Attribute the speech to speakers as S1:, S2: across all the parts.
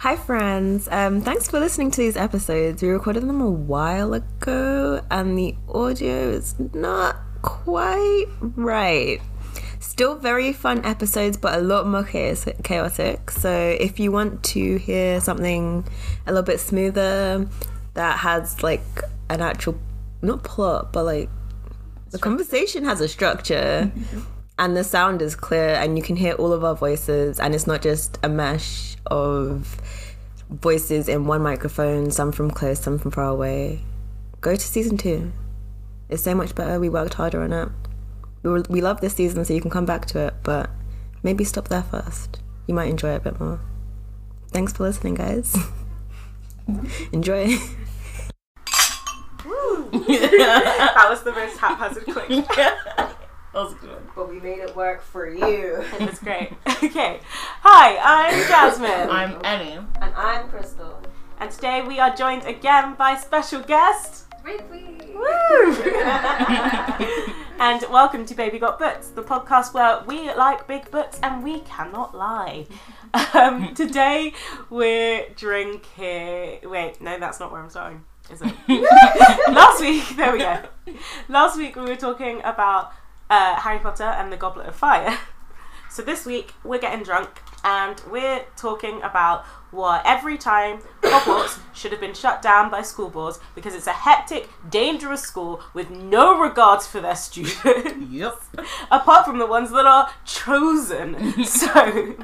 S1: Hi, friends. Um, thanks for listening to these episodes. We recorded them a while ago, and the audio is not quite right. Still very fun episodes, but a lot more chaos- chaotic. So, if you want to hear something a little bit smoother that has like an actual, not plot, but like the conversation has a structure and the sound is clear and you can hear all of our voices and it's not just a mesh of voices in one microphone some from close some from far away go to season two it's so much better we worked harder on it we, were, we love this season so you can come back to it but maybe stop there first you might enjoy it a bit more thanks for listening guys enjoy
S2: That was the most haphazard click.
S3: That was a good one.
S1: but we made it work for you
S2: It was great. Okay. Hi, I'm Jasmine.
S3: I'm Annie.
S1: and i'm crystal
S2: and today we are joined again by special guest.
S1: Ripley.
S2: Woo! and welcome to Baby Got Books, the podcast where we like big books and we cannot lie. Um, today we're drinking. Wait, no, that's not where I'm starting, is it? Last week, there we go. Last week we were talking about uh, Harry Potter and the Goblet of Fire. So this week we're getting drunk and we're talking about why every time Hogwarts should have been shut down by school boards because it's a hectic, dangerous school with no regards for their students,
S3: Yep.
S2: apart from the ones that are chosen. so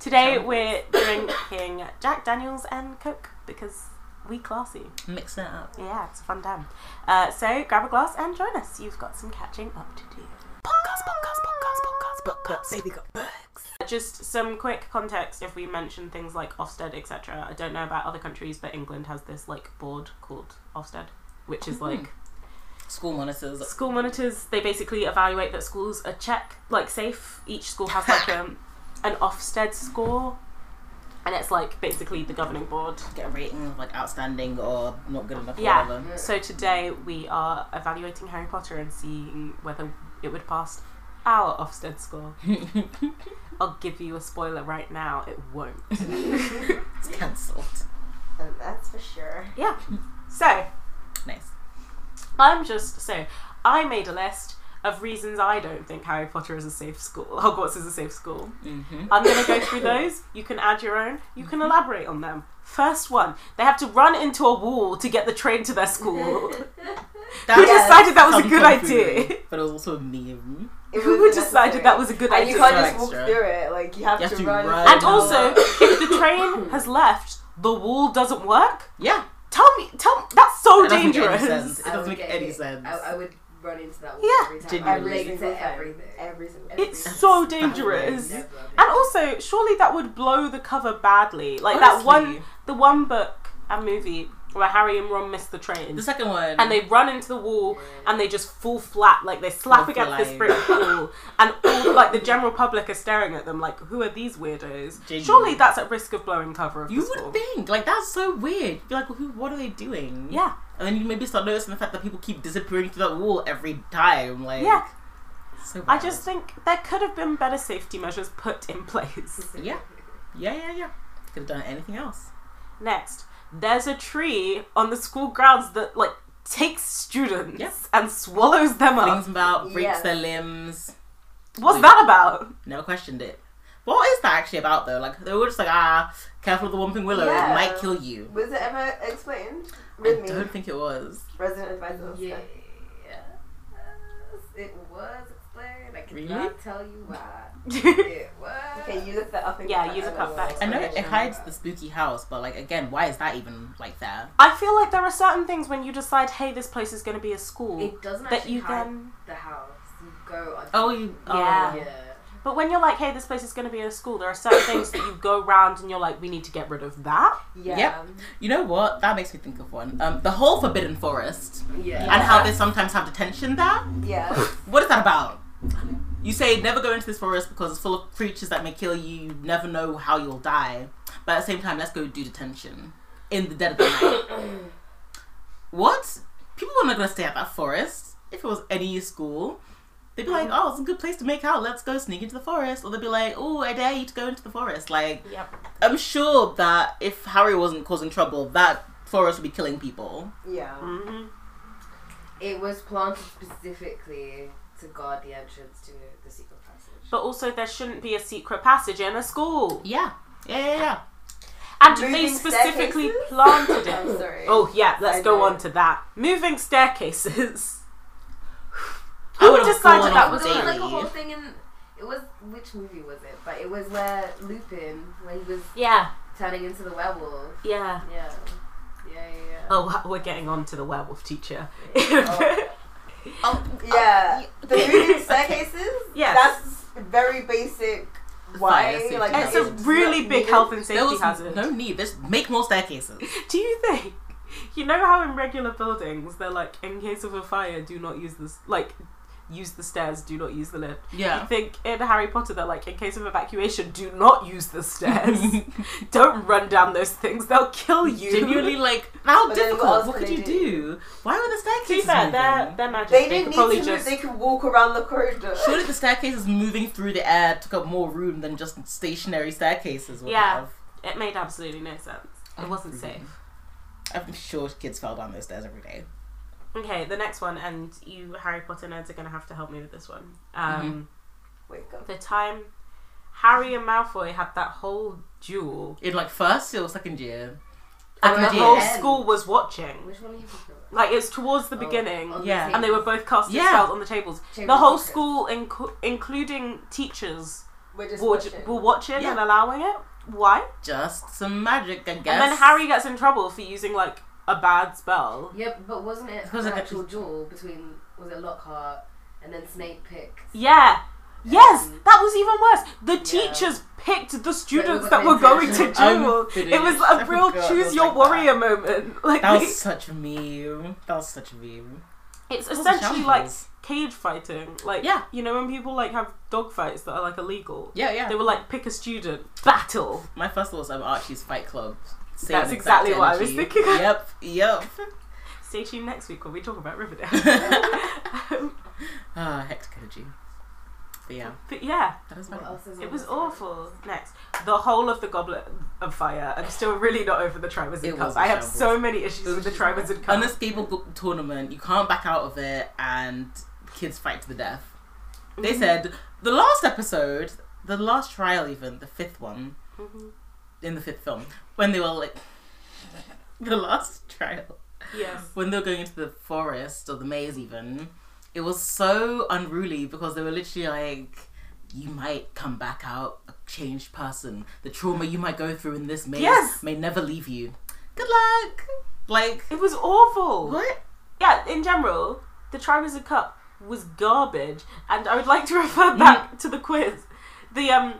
S2: today we're drinking Jack Daniels and Coke because we classy.
S3: Mix that up.
S2: Yeah, it's a fun time. Uh, so grab a glass and join us. You've got some catching up to do. Podcast, podcast, podcast, podcast, podcast.
S1: baby got books
S2: Just some quick context if we mention things like Ofsted, etc. I don't know about other countries, but England has this like board called Ofsted, which is like
S3: School monitors.
S2: school monitors. They basically evaluate that schools are check like safe. Each school has like um, an Ofsted score, and it's like basically the governing board.
S3: Get a rating of like outstanding or not good enough.
S2: Yeah.
S3: Or whatever.
S2: So today we are evaluating Harry Potter and seeing whether it would pass our Ofsted score. I'll give you a spoiler right now, it won't.
S3: It's cancelled.
S1: that's for sure
S2: Yeah. So,
S3: Nice.
S2: I'm just so I made a list of reasons I don't think Harry Potter is a safe school. Hogwarts is a safe school.
S3: Mm-hmm.
S2: I'm going to go through those. You can add your own. You can elaborate on them. First one, they have to run into a wall to get the train to their school.
S3: That
S2: Who decided that was a
S3: some
S2: good
S3: tomfoolery,
S2: idea?
S3: But it was also a meme.
S2: Who decided that was a good idea?
S1: And you can't just
S3: Extra,
S1: walk
S3: extra.
S1: through it. Like you have,
S3: You have
S1: to,
S3: to
S1: run.
S3: run.
S2: And
S3: Oh,
S2: also, if the train has left, the wall doesn't work.
S3: Yeah.
S2: Tell me, tell me, that's so
S3: It doesn't make any sense.
S2: dangerous.
S3: It
S4: I
S3: doesn't
S4: would
S3: make
S4: get
S3: any
S4: it.
S3: sense.
S4: I, I would run into that wall
S2: Yeah.
S4: every time.
S3: Genuinely.
S4: I relate
S1: Every
S4: to
S1: time.
S4: everything.
S1: Every single.
S2: It's
S1: every-
S2: so dangerous.
S3: baffling.
S2: And
S4: Never.
S2: also, surely that would blow the cover badly. Like that one,
S3: Honestly.
S2: the one book and movie where Harry and Ron miss the train.
S3: The second one.
S2: and they run into the wall and they just fall flat like they slap
S3: Fall
S2: against this
S3: flat.
S2: brick wall and all like the general public are staring at them like who are these weirdos
S3: Genuinely.
S2: surely that's at risk of blowing cover of
S3: You
S2: the school.
S3: would think like that's so weird. You're like, who? What are they doing?
S2: yeah
S3: And then you maybe start noticing the fact that people keep disappearing through that wall every time. Like.
S2: yeah
S3: So
S2: I
S3: bad.
S2: just think there could have been better safety measures put in place.
S3: Yeah. Yeah. Yeah. Yeah. Could have done anything else.
S2: Next, there's a tree on the school grounds that like takes students
S3: Yep.
S2: and swallows them up.
S3: Things about breaks
S4: Yes.
S3: their limbs.
S2: Uh, What's that about?
S3: Never questioned it. What is that actually about though? Like they were just like, ah, careful of the Whomping Willow,
S1: Yeah.
S3: it might kill you.
S1: Was it ever explained?
S3: I
S1: With me,
S3: don't think it was.
S1: resident advisor.
S4: Yeah. It was explained. I cannot
S3: Really?
S4: tell you why.
S2: yeah,
S4: It was.
S1: Okay, use it up. and
S2: Yeah,
S1: cut
S2: use
S1: that
S2: a cut
S1: out.
S2: back.
S3: I know it hides the spooky house, but like again, why is that even like there?
S2: I feel like there are certain things when you decide, hey, this place is going to be a school,
S4: It doesn't
S2: that
S4: actually
S2: you
S4: hide
S2: then.
S4: the house. You go on.
S3: Oh, you, oh
S2: Yeah.
S4: Yeah.
S2: But when you're like, hey, this place is going to be a school, there are certain things that you go round and you're like, we need to get rid of that.
S4: Yeah.
S3: Yep. You know what? That makes me think of one. Um, the whole Forbidden Forest
S4: Yeah.
S3: and how they sometimes have detention there.
S1: Yeah.
S3: What is that about? You say never go into this forest because it's full of creatures that may kill you. You never know how you'll die. But at the same time, let's go do detention in the dead of the night. what? People were not going to stay at that forest if it was any school. They'd be like, oh, it's a good place to make out. Let's go sneak into the forest. Or they'd be like, oh, I dare you to go into the forest. Like,
S2: Yep.
S3: I'm sure that if Harry wasn't causing trouble, that forest would be killing people.
S4: Yeah.
S2: hmm
S4: It was planted specifically to guard the entrance to the secret passage.
S2: But also, there shouldn't be a secret passage in a school.
S3: Yeah. Yeah, yeah, yeah.
S2: And they
S4: Moving
S2: specifically
S4: staircases?
S2: planted it.
S4: I'm sorry.
S2: Oh yeah, let's
S4: I
S2: go
S4: know.
S2: on to that. Moving staircases.
S3: I
S2: Who
S3: would've
S2: decided
S3: gone
S2: that
S3: on
S2: was
S4: There was like a
S3: daily.
S4: whole thing in. It was which movie was it? But it was where Lupin, when he was
S2: Yeah,
S4: turning into the werewolf.
S2: yeah.
S4: Yeah. Yeah, yeah, yeah.
S2: Oh, wow, we're getting on to the werewolf teacher.
S3: Oh,
S5: Yeah, the moving staircases.
S2: Yes.
S5: that's very basic.
S3: Fire
S5: Why?
S3: safety
S5: Like
S2: it's
S3: hazard.
S2: a really big health and
S3: there
S2: safety
S3: was
S2: hazard.
S3: no need. Just make more staircases.
S2: Do you think? You know how in regular buildings they're like, in case of a fire, do not use this. Like, use the stairs. Do not use the lift. You
S3: Yeah.
S2: think in Harry Potter they're like, in case of evacuation, do not use the stairs. Don't run down those things. They'll kill you.
S3: Genuinely, like, how
S5: But then what
S3: difficult?
S5: else
S3: What,
S5: can
S3: could
S5: they
S3: you
S5: do?
S3: do? Why were the
S2: To be
S3: staircases
S2: fair,
S3: moving?
S2: they're, they're magic.
S5: They didn't
S2: could
S5: need
S2: probably
S5: to.
S2: just
S5: Just... They could walk around the corridor.
S3: Surely the staircases moving through the air took up more room than just stationary staircases would
S2: Yeah.
S3: have.
S2: It made absolutely no sense. It wasn't safe.
S3: I'm sure kids fell down those stairs every day.
S2: Okay, the next one, and you Harry Potter nerds are going to have to help me with this one.
S3: Mm-hmm.
S2: Um,
S5: Wake up.
S2: The time Harry and Malfoy had that whole duel,
S3: In like first or second year.
S2: and the
S3: Second year.
S2: whole
S4: end.
S2: school was watching.
S4: Which one are you talking about?
S2: Like it's towards the beginning,
S4: On
S3: yeah.
S4: the
S2: and they were both casting
S3: Oh, Yeah.
S2: spells on the tables.
S4: Chamber
S2: The
S4: of
S2: whole
S4: Secrets.
S2: school, inc- including teachers,
S5: We're just
S2: were,
S5: watching.
S2: were watching
S3: Yeah.
S2: and allowing it. Why?
S3: Just some magic, I guess.
S2: And then Harry gets in trouble for using like a bad spell.
S4: Yep, but wasn't it
S3: Was
S4: an
S3: it-
S4: actual duel between was it Lockhart and then Snape picked?
S2: Yeah. Yes,
S4: Um,
S2: that was even worse. The
S4: yeah.
S2: teachers picked the
S4: was
S2: students
S4: an
S2: that were going to
S4: intentional-
S2: duel.
S3: I'm
S2: It was
S3: finished.
S2: a
S3: I
S2: real
S3: forgot it
S2: choose
S3: was
S2: your
S3: like that.
S2: warrior moment. Like
S3: That was such a meme. That was such a meme.
S2: it's
S3: Those
S2: essentially like
S3: shambles.
S2: cage fighting. Like
S3: Yeah.
S2: you know when people like have dog fights that are like illegal.
S3: Yeah, yeah.
S2: They were like pick a student, battle.
S3: My first thought was um, Archie's Fight Club. Same
S2: That's
S3: exact
S2: exactly what I was
S3: energy.
S2: thinking of.
S3: Yep, yep.
S2: Stay tuned next week when we talk about Riverdale. Um,
S3: Ah, hectic energy. But yeah,
S2: but yeah,
S3: that is my
S4: What else is on
S2: it was
S4: this list?
S2: awful. Next, the whole of the Goblet of Fire. I'm still really not over the
S3: It
S2: Triwizard
S3: was
S2: Cup.
S3: a
S2: I have
S3: shambles.
S2: so many issues with the Triwizard Cup.
S3: Unescapable tournament. You can't back out of it, and kids fight to the death.
S2: Mm-hmm.
S3: They said the last episode, the last trial, even the fifth one
S2: Mm-hmm.
S3: in the fifth film, when they were like the last trial,
S2: Yes.
S3: when they were going into the forest or the maze, even it was so unruly because they were literally like. You might come back out a changed person. The trauma you might go through in this maze
S2: Yes.
S3: may never leave you. Good luck. Like
S2: It was awful.
S3: what?
S2: Yeah, in general, the Triwizard Cup was garbage, and I would like to refer
S3: Mm.
S2: back to the quiz, the um,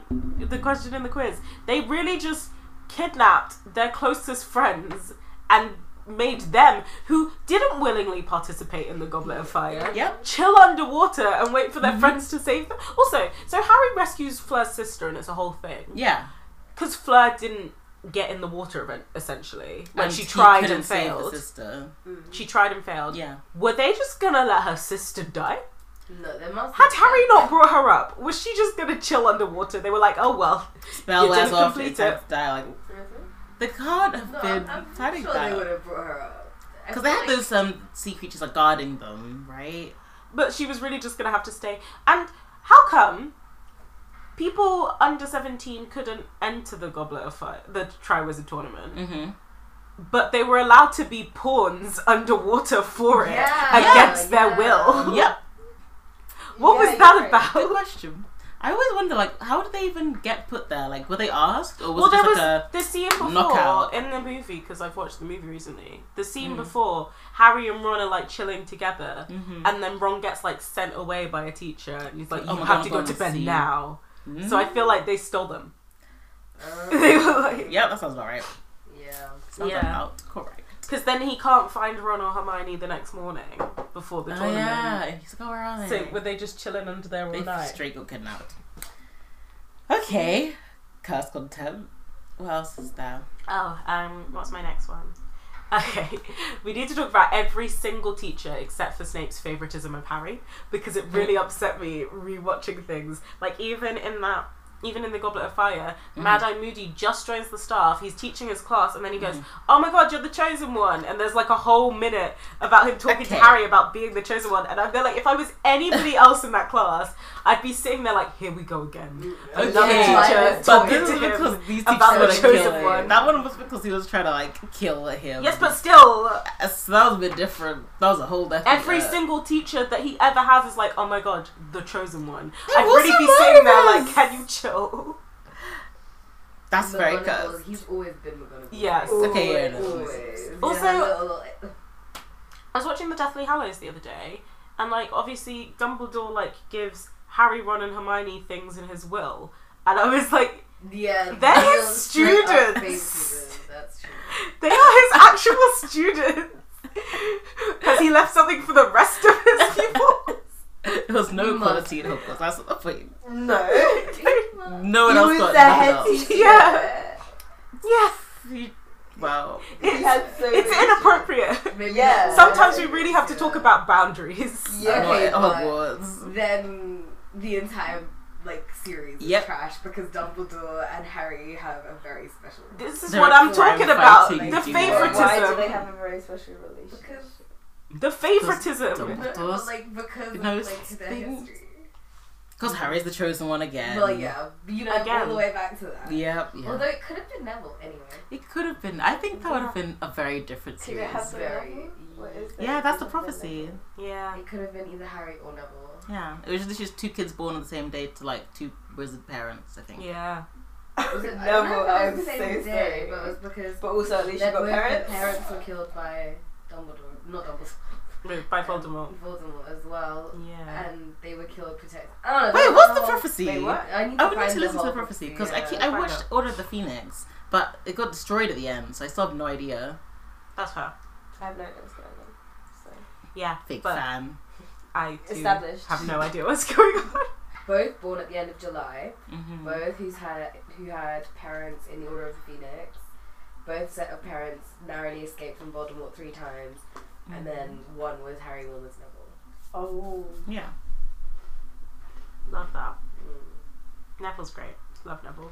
S2: the question in the quiz. They really just kidnapped their closest friends and made them who didn't willingly participate in the Goblet of Fire.
S3: Yep.
S2: Chill underwater and wait for
S3: Mm-hmm.
S2: their friends to save them. Also, so Harry rescues Fleur's sister, and it's a whole thing.
S3: Yeah.
S2: because Fleur didn't get in the water event essentially when
S3: And
S2: she
S3: he
S2: tried
S3: couldn't
S2: and
S3: save the
S2: failed
S3: sister.
S2: she tried and failed
S3: Yeah.
S2: were they just gonna let her sister die
S4: No, there must.
S2: had harry not brought her up was she just gonna chill underwater they were like oh well
S3: Belle
S2: You
S3: wears
S2: didn't
S3: off.
S2: complete
S3: It's time to die. Like they can't have
S4: No,
S3: been
S4: I'm, I'm
S3: fighting
S4: sure they would
S3: that
S4: have brought her up. I
S3: because they
S4: feel
S3: had
S4: like-
S3: those um sea creatures like guarding them, right?
S2: but she was really just gonna have to stay and how come people under 17 couldn't enter the goblet of fire the triwizard tournament
S3: Mm-hmm.
S2: but they were allowed to be pawns underwater for it
S4: Yeah,
S2: against
S4: yeah.
S2: their will
S3: Yep.
S2: what
S5: Yeah,
S2: was
S5: you're
S2: that
S5: right.
S2: about
S3: Good question. I always wonder, like, how did they even get put there? Like, were they asked, or was
S2: well,
S3: it
S2: there
S3: just
S2: was
S3: like
S2: the scene before
S3: knockout?
S2: in the movie because I've watched the movie recently. The scene before Harry and Ron are like chilling together,
S3: mm-hmm.
S2: and then Ron gets like sent away by a teacher, and he's like,
S3: Oh
S2: "You
S3: my
S2: have to
S3: God, Mm-hmm. I'm
S2: go
S3: going
S2: to
S3: to
S2: bed
S3: see."
S2: now."
S3: a?
S2: So I feel like they stole them.
S4: Uh,
S2: they were like,
S3: Yeah, that sounds about right.
S4: yeah.
S3: Sounds
S2: Yeah.
S3: about correct.
S2: because then he can't find Ron or Hermione the next morning before the
S3: Oh
S2: tournament.
S3: yeah, and he's like, oh, where are they?
S2: So were they just chilling under there all
S3: They
S2: night?
S3: straight got kidnapped. Okay, curse contempt. What else is there?
S2: Oh, um, what's my next one? Okay, we need to talk about every single teacher except for Snape's favoritism of Harry because it really
S3: Mm.
S2: upset me rewatching things. Like even in that, even in the Goblet of Fire,
S3: Mm.
S2: Mad Eye Moody just joins the staff. He's teaching his class, and then he goes,
S3: Mm.
S2: "Oh my God, you're the chosen one!" And there's like a whole minute about him talking to
S3: Okay.
S2: Harry about being the chosen one. And I'm there like, if I was anybody else in that class, I'd be sitting there like, "Here we go again." Another
S3: Okay.
S2: teacher
S3: But
S2: talking
S3: this
S2: to
S3: is because
S2: him.
S3: these
S2: about
S3: teachers
S2: the
S3: were
S2: chosen
S3: kill
S2: one.
S3: one. That one was because he was trying to like kill him.
S2: Yes, but still.
S3: Uh, so that was a bit different. That was a whole different.
S2: Every
S3: uh,
S2: single teacher that he ever has is like, oh my god, the chosen one.
S3: They're
S2: I'd really
S3: also
S2: be sitting there
S3: murderers.
S2: like, can you chill?
S3: That's very
S4: McGonagall,
S3: cursed.
S4: He's always been McGonagall.
S2: Yes.
S3: Okay, yeah, no.
S4: Always.
S2: Also-
S4: Yeah, little-
S2: I was watching the Deathly Hallows the other day, and like, obviously, Dumbledore like gives Harry, Ron, and Hermione things in his will, and I was like,
S4: yeah.
S2: They're his
S4: little straight up fake
S2: students.
S4: students, That's true.
S2: they are his actual students. Because he left something for the rest of his pupils.
S3: There was no
S4: You must-
S3: quality in Hogwarts. That's the point.
S5: No.
S3: No one
S5: he
S3: else
S5: was
S3: got
S5: the head
S3: that.
S5: teacher.
S2: Yeah. Yes.
S3: Wow.
S5: He
S2: It's,
S5: had so
S2: it's
S5: many-
S2: inappropriate.
S4: Maybe
S5: Yeah.
S4: that's-
S2: Sometimes we really have to talk about boundaries.
S5: Yeah.
S3: Not
S4: Okay,
S3: at
S4: but-
S3: Hogwarts.
S4: Then the entire like series
S3: Yep.
S4: is trash because Dumbledore and Harry have a very special.
S2: This is
S3: They're
S2: what I'm
S3: crime
S2: talking about.
S3: fighting
S2: The
S3: duo.
S5: Why do they
S2: favoritism.
S5: have a very special relationship?
S4: Because
S2: The favoritism.
S4: no,
S3: Dumbledore's-
S4: but, like because of
S3: no
S4: like their
S3: thing.
S4: history.
S3: Because Harry's the chosen one again.
S4: Well, yeah, you know, all
S2: Again.
S4: the way back to that.
S3: Yep. Yeah.
S4: Although it could have been Neville anyway.
S3: it could have been. I think that would have been a very different
S5: Do they
S3: series.
S5: have the
S4: Very-
S5: level? What is
S3: Yeah,
S5: it?
S3: that's the
S5: Is it
S3: prophecy.
S5: level?
S2: Yeah.
S4: It could have been either Harry or Neville.
S3: Yeah, it was just, just two kids born on the same day to like two wizard parents. I think.
S2: Yeah.
S4: Was it, I don't know
S5: Neville,
S4: if it
S5: I'm
S4: was
S5: so
S4: the same
S5: sorry.
S4: day, but it was because
S5: But also, at least
S4: their
S5: you got
S4: both
S5: parents.
S4: Their parents were killed by Dumbledore, not Dumbledore,
S2: Wait, By Voldemort.
S4: Voldemort as well,
S2: Yeah.
S4: and they were killed protect. I don't know. there
S3: Wait,
S4: was
S3: what's
S4: a
S3: the
S4: whole-
S3: prophecy?
S5: Wait, what?
S4: I need to,
S3: I would need
S4: find
S3: to listen to the
S4: whole
S3: prophecy because I,
S4: yeah.
S3: keep, I
S2: Find
S3: watched
S2: out.
S3: Order of the Phoenix, but it got destroyed at the end, so I still have no idea.
S2: That's her.
S5: I have no idea what's going on. So.
S2: Yeah.
S3: Big
S2: But
S3: fan.
S2: I too
S5: Established.
S2: have no idea what's going on.
S4: both born at the end of July,
S3: Mm-hmm.
S4: both who's had who had parents in the Order of the Phoenix, both set of parents narrowly escaped from Voldemort three times,
S3: Hmm.
S4: and then one was Harry Willis Neville.
S5: Oh.
S3: Yeah.
S2: Love that.
S4: Mm,
S2: Neville's great. Love Neville.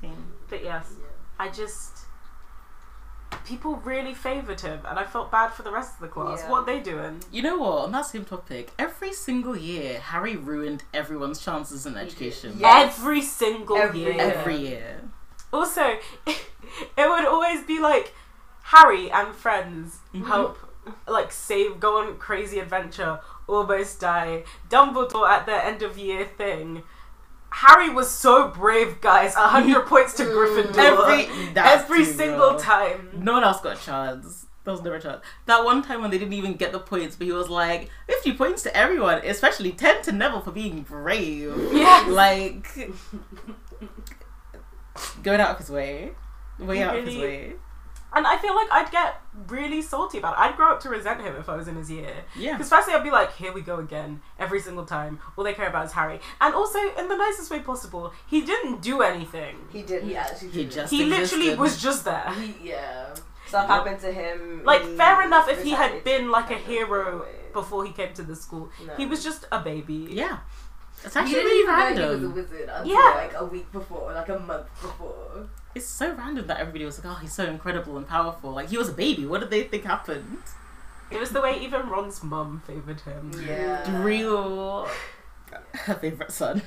S3: Same.
S2: But yes,
S4: yeah.
S2: I just. People really favoured him, and I felt bad for the rest of the class.
S4: Yeah.
S2: What they doing?
S3: You know what? On that same topic, every single year, Harry ruined everyone's chances in
S4: did.
S3: education.
S4: Yeah. Yes.
S2: Every single
S5: Every
S2: year.
S5: year.
S3: Every year.
S2: Also, it would always be like Harry and friends help, like save, go on crazy adventure, almost die. Dumbledore at the end of year thing. Harry was so brave, guys. A hundred points to Gryffindor
S3: Every, that's
S2: every
S3: too
S2: single
S3: real.
S2: time.
S3: No one else got a chance. There was never a chance. That one time when they didn't even get the points, but he was like, 50 points to everyone, especially 10 to Neville for being brave.
S2: Yes.
S3: Like, going out of his way. Way
S2: He
S3: out of his
S2: really-
S3: way.
S2: And I feel like I'd get really salty about it. I'd grow up to resent him if I was in his year.
S3: Yeah.
S2: Because firstly, I'd be like, here we go again, every single time. All they care about is Harry. And also, in the nicest way possible, he didn't do anything.
S5: He didn't.
S4: He actually
S3: He
S4: did.
S3: just
S2: He literally
S3: existed.
S2: was just there.
S4: He- yeah.
S3: Yep.
S5: Stuff happened to him.
S2: Like,
S5: he
S2: fair enough if he
S5: resided
S2: had been like a
S5: kind of
S2: hero
S5: always.
S2: before he came to the school.
S5: No.
S2: He was just a baby.
S3: Yeah. It's
S4: He
S3: actually
S4: didn't
S3: really
S4: even know he was a
S3: random.
S4: wizard until
S2: Yeah.
S4: like a week before, like a month before.
S3: It's so random that everybody was like, oh, he's so incredible and powerful. Like, he was a baby. What did they think happened?
S2: It was the way even Ron's mum favoured him.
S4: Yeah.
S3: Real. Her favorite son.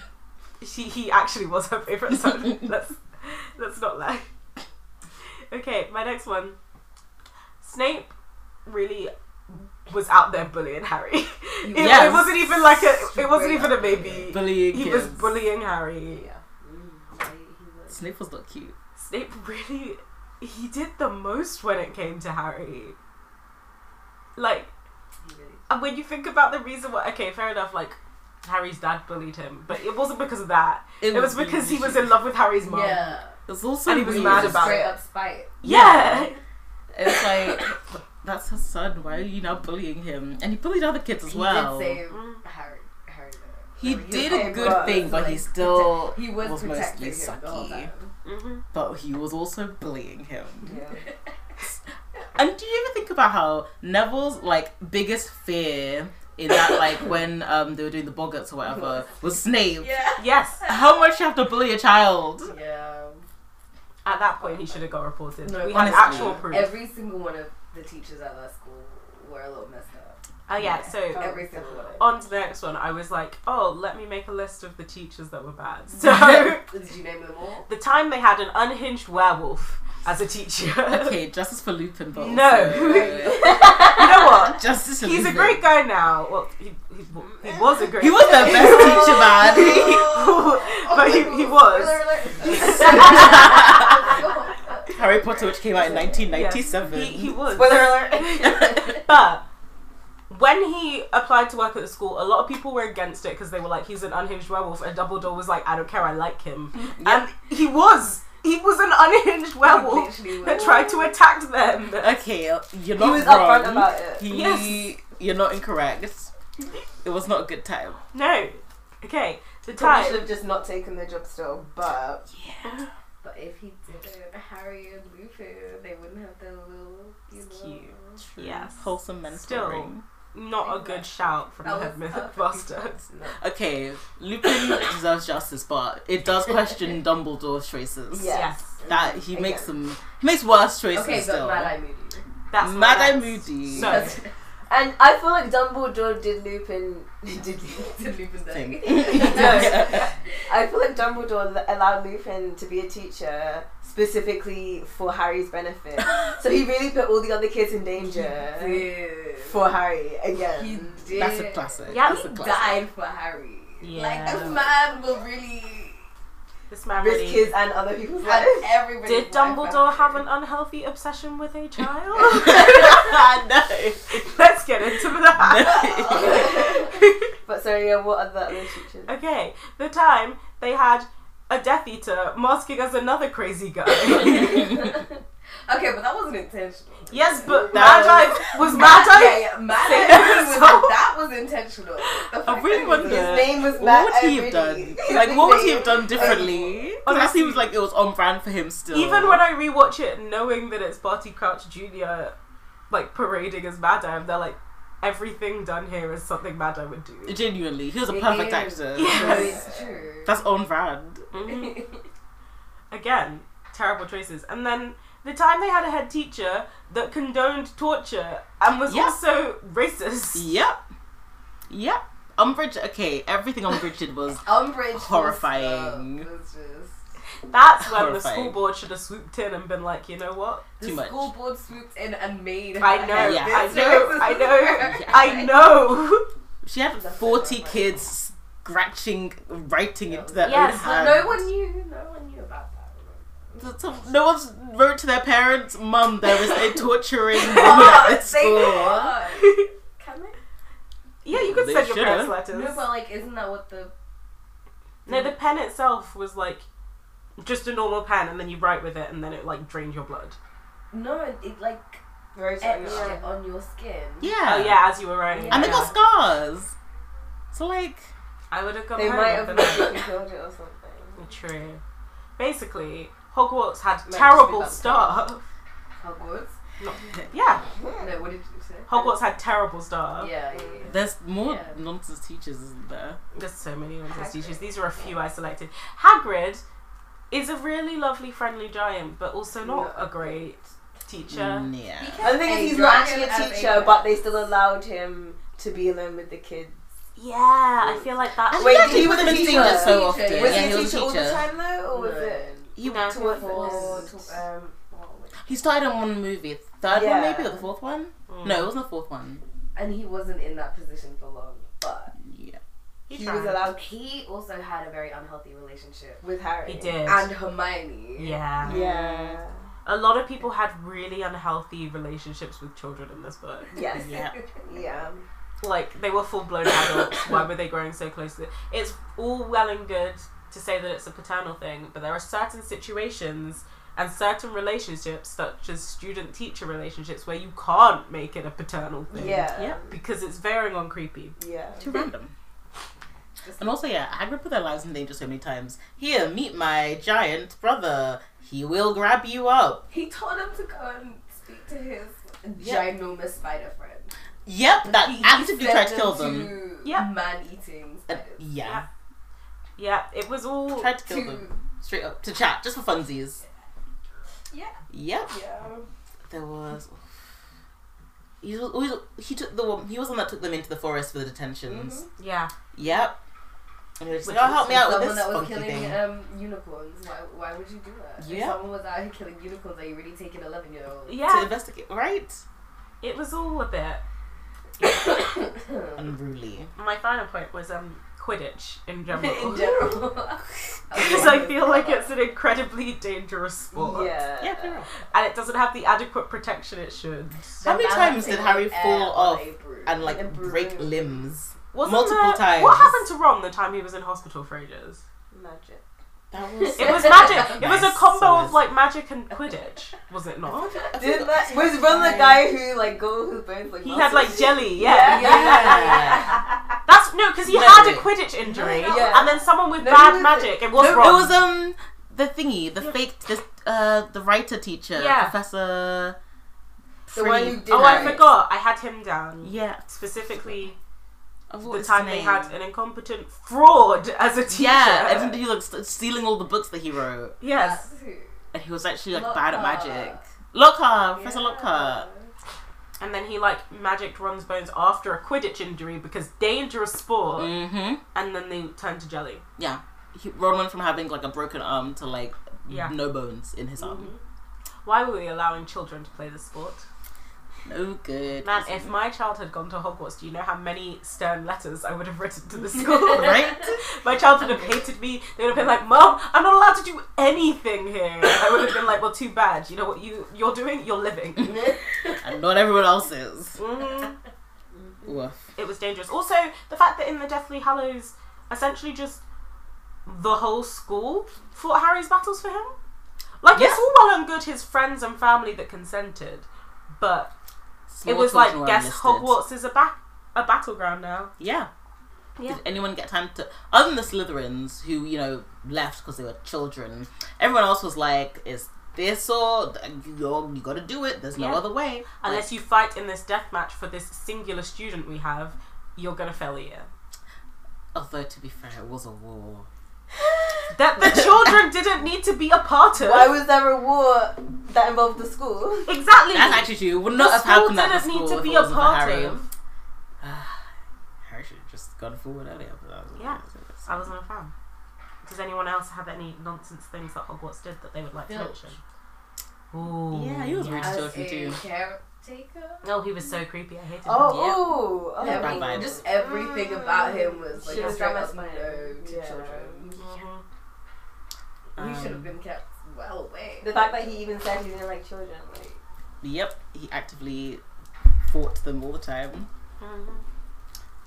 S2: She he actually was her favourite son. let's let's not lie. Okay, my next one. Snape really was out there bullying Harry. It, it
S3: Yes.
S2: wasn't even like a it wasn't
S4: Straight
S2: even a
S4: up.
S2: baby.
S3: Bullying.
S2: He was
S3: kids.
S2: bullying Harry.
S5: Yeah.
S4: Mm, I- he was-
S3: Snape was not cute.
S2: Snape really he did the most when it came to Harry. Like
S4: he really-
S2: and when you think about the reason why okay, fair enough, like Harry's dad bullied him, but it wasn't because of that. It, was because he was in love with Harry's mom. Yeah.
S4: Yeah.
S3: It's also
S2: And he was
S3: weird.
S2: mad
S4: Just
S2: about
S4: straight
S2: it.
S4: up spite.
S3: It's like that's his son. Why are you now bullying him? And he bullied other kids as
S4: He
S3: well.
S4: did save
S2: Mm.
S4: Harry. Harry though.
S3: He
S4: Remember,
S3: did
S5: was
S3: a good
S5: like,
S3: thing, but he
S4: like,
S3: still
S4: protect- he was,
S3: was
S4: protecting
S3: mostly
S4: him the whole
S3: sucky.
S4: time.
S2: hmm
S3: But he was also bullying him.
S5: Yeah.
S3: And do you ever think about how Neville's like biggest fear in that like when um they were doing the boggarts or whatever was Snape?
S5: Yeah.
S2: Yes.
S3: How much you have to bully a child?
S4: Yeah.
S2: At that point, he should have got reported.
S4: No,
S2: we
S3: honestly,
S2: had actual proof.
S4: Every single one of the teachers at that school were a little messed up.
S2: oh yeah. So
S4: Every single one.
S3: Oh.
S2: on to the next one. I was like, oh, let me make a list of the teachers that were bad. So
S4: Did you name them all?
S2: the time they had an unhinged werewolf as a teacher.
S3: Okay, justice for Lupin, but
S2: No.
S3: also-
S2: you know what?
S3: justice. For
S2: He's a
S3: Lupin.
S2: great guy now. Well, he, he, he was a great.
S3: He was the best teacher, man.
S2: but he, he was.
S3: Harry Potter, which came out in 1997.
S2: He, he was.
S5: alert.
S2: But when he applied to work at the school, a lot of people were against it because they were like, he's an unhinged werewolf. And Dumbledore was like, I don't care, I like him. And he was. He was an unhinged werewolf
S4: Literally
S2: that
S4: was.
S2: tried to attack them.
S3: Okay, uh, you're not
S5: He was
S3: wrong.
S5: upfront about it.
S3: He,
S2: Yes.
S3: You're not incorrect. It was not a good time.
S2: No. Okay. The
S5: Probably should
S2: time.
S5: have just not taken the job still, but
S4: But if he didn't, Harry and Lupin, they wouldn't have their little. You know,
S2: cute. Yes.
S3: Wholesome mentoring.
S2: Still. Not a good shout from the head mythbuster.
S3: Okay, Lupin deserves justice, but it does question Dumbledore's choices.
S5: Yeah.
S2: Yes.
S3: That he makes
S5: Again.
S3: some he makes worse choices
S4: Okay,
S3: still.
S4: but Mad Eye Moody.
S2: That's my
S3: Mad Eye
S2: next.
S3: Moody.
S2: So-
S5: That's- and I feel like Dumbledore did Lupin. did
S4: Did Lupin
S3: Thing.
S4: die?
S5: I feel like Dumbledore l- allowed Lupin to be a teacher specifically for Harry's benefit. so he really put all the other kids in danger
S4: Dude.
S5: for Harry again.
S4: He did.
S3: That's a classic.
S2: Yeah,
S3: That's
S4: He
S3: a classic.
S4: died for Harry. Like,
S2: Yeah.
S4: a man will really.
S2: This man
S5: risk
S2: really.
S5: his and other people's
S4: Had
S5: lives.
S4: everybody.
S2: Did Dumbledore have an unhealthy obsession with a child? Let's get into that.
S5: But sorry, yeah, what are the other teachers?
S2: okay, the time they had a Death Eater masking as another crazy guy.
S4: Okay, but that wasn't intentional.
S2: yes, but Mad Eye was Mad
S4: Yeah,
S2: Eye.
S4: yeah, Mad
S2: Say
S4: Eye
S2: that
S4: Moody was-
S2: so-
S4: that was intentional. The
S3: I
S4: fact
S3: really
S4: that
S3: wonder
S4: he was-
S5: His name was
S3: what
S5: Matt
S3: would he have
S5: Everly.
S3: done? Like, what would he have done
S5: His name-
S3: differently? Because that
S2: Honestly.
S3: seems like it was on brand for him still.
S2: Even when I rewatch it, knowing that it's Barty Crouch Jr. like parading as Mad Eye, they're like, everything done here is something Mad Eye would do.
S3: genuinely, he was a
S4: It
S3: perfect
S4: is.
S3: actor.
S4: No,
S2: Yes.
S4: it's true.
S3: That's on brand.
S2: Mhm.
S3: Mm-hmm.
S2: Again, terrible choices. And then the time they had a head teacher that condoned torture and was
S3: Yeah.
S2: also racist.
S3: Yep. Yep. Umbridge. Okay, everything Umbridge did was
S4: Umbridge. was,
S3: Horrifying.
S4: uh, was just-
S2: That's when the
S3: Horrifying.
S2: school board should have swooped in and been like, you know what?
S4: The
S3: Too much.
S4: school board swooped in and made.
S2: I know,
S3: Yeah.
S2: I know, I know,
S3: Yeah.
S2: I know.
S3: She had
S4: That's
S3: forty
S4: so
S3: kids scratching, writing into their
S2: Yes,
S3: own
S4: But
S3: hands.
S4: no one knew. No one knew about that.
S3: So no one's wrote to their parents, Mum, there is a torturing woman at this
S4: They
S3: school.
S4: are. Can they?
S2: Yeah, you could
S3: They
S2: send your
S3: should
S2: parents
S3: have.
S2: letters.
S4: No, but like, isn't that what the?
S2: No, the pen itself was like just a normal pen, and then you write with it, and then it like drained your blood.
S4: No, it, it like
S5: Very
S4: etched
S5: sorry.
S4: it on your skin.
S3: Yeah.
S2: Oh yeah, as you were writing. yeah.
S3: And they got scars. So like
S2: I would have gone.
S5: They
S2: home
S5: might
S2: with
S5: have
S2: them.
S5: magically killed it or something.
S2: True. Basically, Hogwarts had
S5: just
S2: terrible
S5: be that
S2: staff.
S4: Hogwarts.
S2: Yeah,
S4: No, what did you say?
S2: Hogwarts had terrible staff.
S4: Yeah, yeah,
S3: there's more
S4: Yeah.
S3: nonsense teachers, isn't there?
S2: There's so many
S4: Hagrid.
S2: nonsense teachers. These are a few I selected. Hagrid is a really lovely, friendly giant, but also not
S4: No.
S2: a great teacher.
S3: Yeah.
S4: yeah.
S5: And the thing is, he's not actually a teacher, but they still allowed him to be alone with the kids.
S2: Yeah, I feel like that.
S5: Wait,
S3: Actually,
S5: he was a
S3: been
S5: teacher.
S3: seeing this so
S4: Teacher,
S3: often.
S4: yeah.
S5: Was
S3: yeah,
S5: he a
S3: was
S5: teacher all the time though, or was it?
S2: you know,
S5: to what
S4: Or
S5: for?
S4: to, um, what was it?
S3: He started on one movie, third one
S5: Yeah.
S3: maybe, or the fourth one?
S2: Mm.
S3: No, it wasn't the fourth one.
S4: and he wasn't in that position for long, but
S3: Yeah.
S2: he,
S5: He
S2: tried.
S5: was allowed
S4: he also had a very unhealthy relationship
S5: with Harry.
S2: He did.
S4: and Hermione.
S2: yeah.
S5: Yeah.
S2: a lot of people had really unhealthy relationships with children in this book.
S5: Yes.
S3: Yeah.
S5: Yeah.
S2: like they were full blown adults. Why were they growing so close? To it's all well and good to say that it's a paternal thing, but there are certain situations and certain relationships, such as student teacher relationships, where you can't make it a paternal thing.
S5: Yeah.
S3: Yeah.
S2: Because it's veering on creepy.
S5: Yeah.
S3: Too random. And also, yeah, Hagrid put their lives in danger so many times. Here, meet my giant brother. He will grab you up.
S4: He told him to go and speak to his ginormous spider friend.
S3: Yep, that
S4: He
S3: actively
S4: sent
S3: tried to kill them. Uh,
S4: to
S2: Yeah.
S4: man-eating
S3: And-
S4: spiders.
S3: yeah,
S2: Yeah, it was all.
S3: tried to kill them
S4: To-
S3: straight up to chat just for funsies.
S4: Yeah.
S3: Yep,
S4: Yeah.
S3: there was. He, was- he, was- he took the one. He was the one that took them into the forest for the detentions.
S2: Yeah.
S3: Yep. And he was
S2: Which
S3: just like, "Oh, help
S2: was
S3: me out with
S4: someone
S3: this
S4: that was
S3: funky
S4: killing
S3: thing."
S4: um, unicorns. Why, why would you do that? If
S3: Yeah.
S4: someone was out here killing unicorns, are you really taking an 11 year old?
S3: to
S2: Yeah,
S3: investigate, right?
S2: it was all a bit.
S3: Unruly.
S2: My final point was um, Quidditch in general.
S4: In general.
S2: Because I feel like it's an incredibly dangerous sport.
S5: Yeah.
S3: Yeah, fair enough.
S2: And it doesn't have the adequate protection it should.
S3: How many times did Harry fall off and
S5: And
S3: like
S5: bruise.
S3: break limbs.
S2: Wasn't
S3: Multiple
S2: there-
S3: times.
S2: What happened to Ron the time he was in hospital for ages?
S5: Magic.
S3: That was.
S2: It was magic. It was a
S3: Nice.
S2: combo
S3: So
S2: of like magic and Quidditch, was it not?
S5: Did that was Ron the guy who like go who burns like
S2: He had like jelly, yeah.
S5: Yeah.
S3: yeah.
S2: That's no, because he
S3: No,
S2: had
S3: wait.
S2: a Quidditch injury,
S5: Yeah.
S2: and then someone with
S5: No,
S2: bad
S5: he was-
S2: magic. It was
S3: There, there
S2: Ron.
S3: was um the thingy, the fake, this uh the writer teacher,
S2: Yeah.
S3: Professor.
S5: The one
S3: Free-
S5: who did
S2: oh,
S5: it.
S2: I forgot. I had him down
S3: Yeah.
S2: specifically
S3: Of
S2: the time they had an incompetent fraud as a teacher.
S3: Yeah, and he was like, stealing all the books that he wrote,
S2: yes.
S3: and he was actually like
S4: Lockhart.
S3: bad at magic. Lockhart, Professor Lockhart.
S2: And then he like magicked Ron's bones after a Quidditch injury because dangerous sport.
S3: Mm-hmm.
S2: And then they turned to jelly.
S3: Yeah, he, Ron went from having like a broken arm to like
S2: Yeah.
S3: no bones in his arm.
S2: Why were we allowing children to play this sport?
S3: No good.
S2: Man,
S3: reason.
S2: Mm-hmm. if my child had gone to Hogwarts, do you know how many stern letters I would have written to the school?
S3: right?
S2: My child would have hated me. They would have been like, "Mom, I'm not allowed to do anything here." And I would have been like, "Well, too bad. You know what you you're doing? You're living."
S3: and not everyone else is.
S2: Mm.
S3: Woof.
S2: It was dangerous. Also, the fact that in the Deathly Hallows, essentially just the whole school fought Harry's battles for him. Like
S3: Yeah.
S2: it's all well and good his friends and family that consented, but it was like, guess Hogwarts is a ba- a battleground now.
S3: Yeah.
S2: Yeah.
S3: Did anyone get time to? Other than the Slytherins, who you know left because they were children, everyone else was like, "Is this or you you got to do it? There's no
S2: Yeah.
S3: other way."
S2: Unless you fight in this death match for this singular student we have, you're gonna fail a year.
S3: Although to be fair, it was a war.
S2: That the children didn't need to be a part of.
S5: Why was there a war that involved the school?
S2: exactly.
S3: That's actually true. It Would
S2: the
S3: not have
S2: school
S3: happened. at
S2: didn't
S3: the
S2: need
S3: school
S2: to
S3: if
S2: be
S3: it
S2: a
S3: wasn't for
S2: part
S3: Harry.
S2: of.
S3: Harry should have just gone forward earlier. But that was
S2: Yeah. I wasn't a fan. Does anyone else have any nonsense things that Hogwarts did that they would like to
S4: Filch.
S2: mention? Ooh.
S3: Yeah, he was really
S4: As
S3: children
S4: a
S3: too.
S4: caretaker?
S2: No, Oh, he was so creepy. I hated him.
S3: Yeah.
S5: Oh, oh,
S3: Yeah, bad
S5: oh.
S3: vibes.
S4: Just everything about him was like
S5: She was
S4: straight
S5: drama
S4: up no
S5: spy.
S4: to
S5: Yeah.
S4: children.
S2: Mhm.
S3: oh.
S4: You should have
S3: Um,
S4: been kept well away.
S5: The fact that he even said he didn't like children, like
S3: Yep, he actively fought them all the time.
S2: Mhm.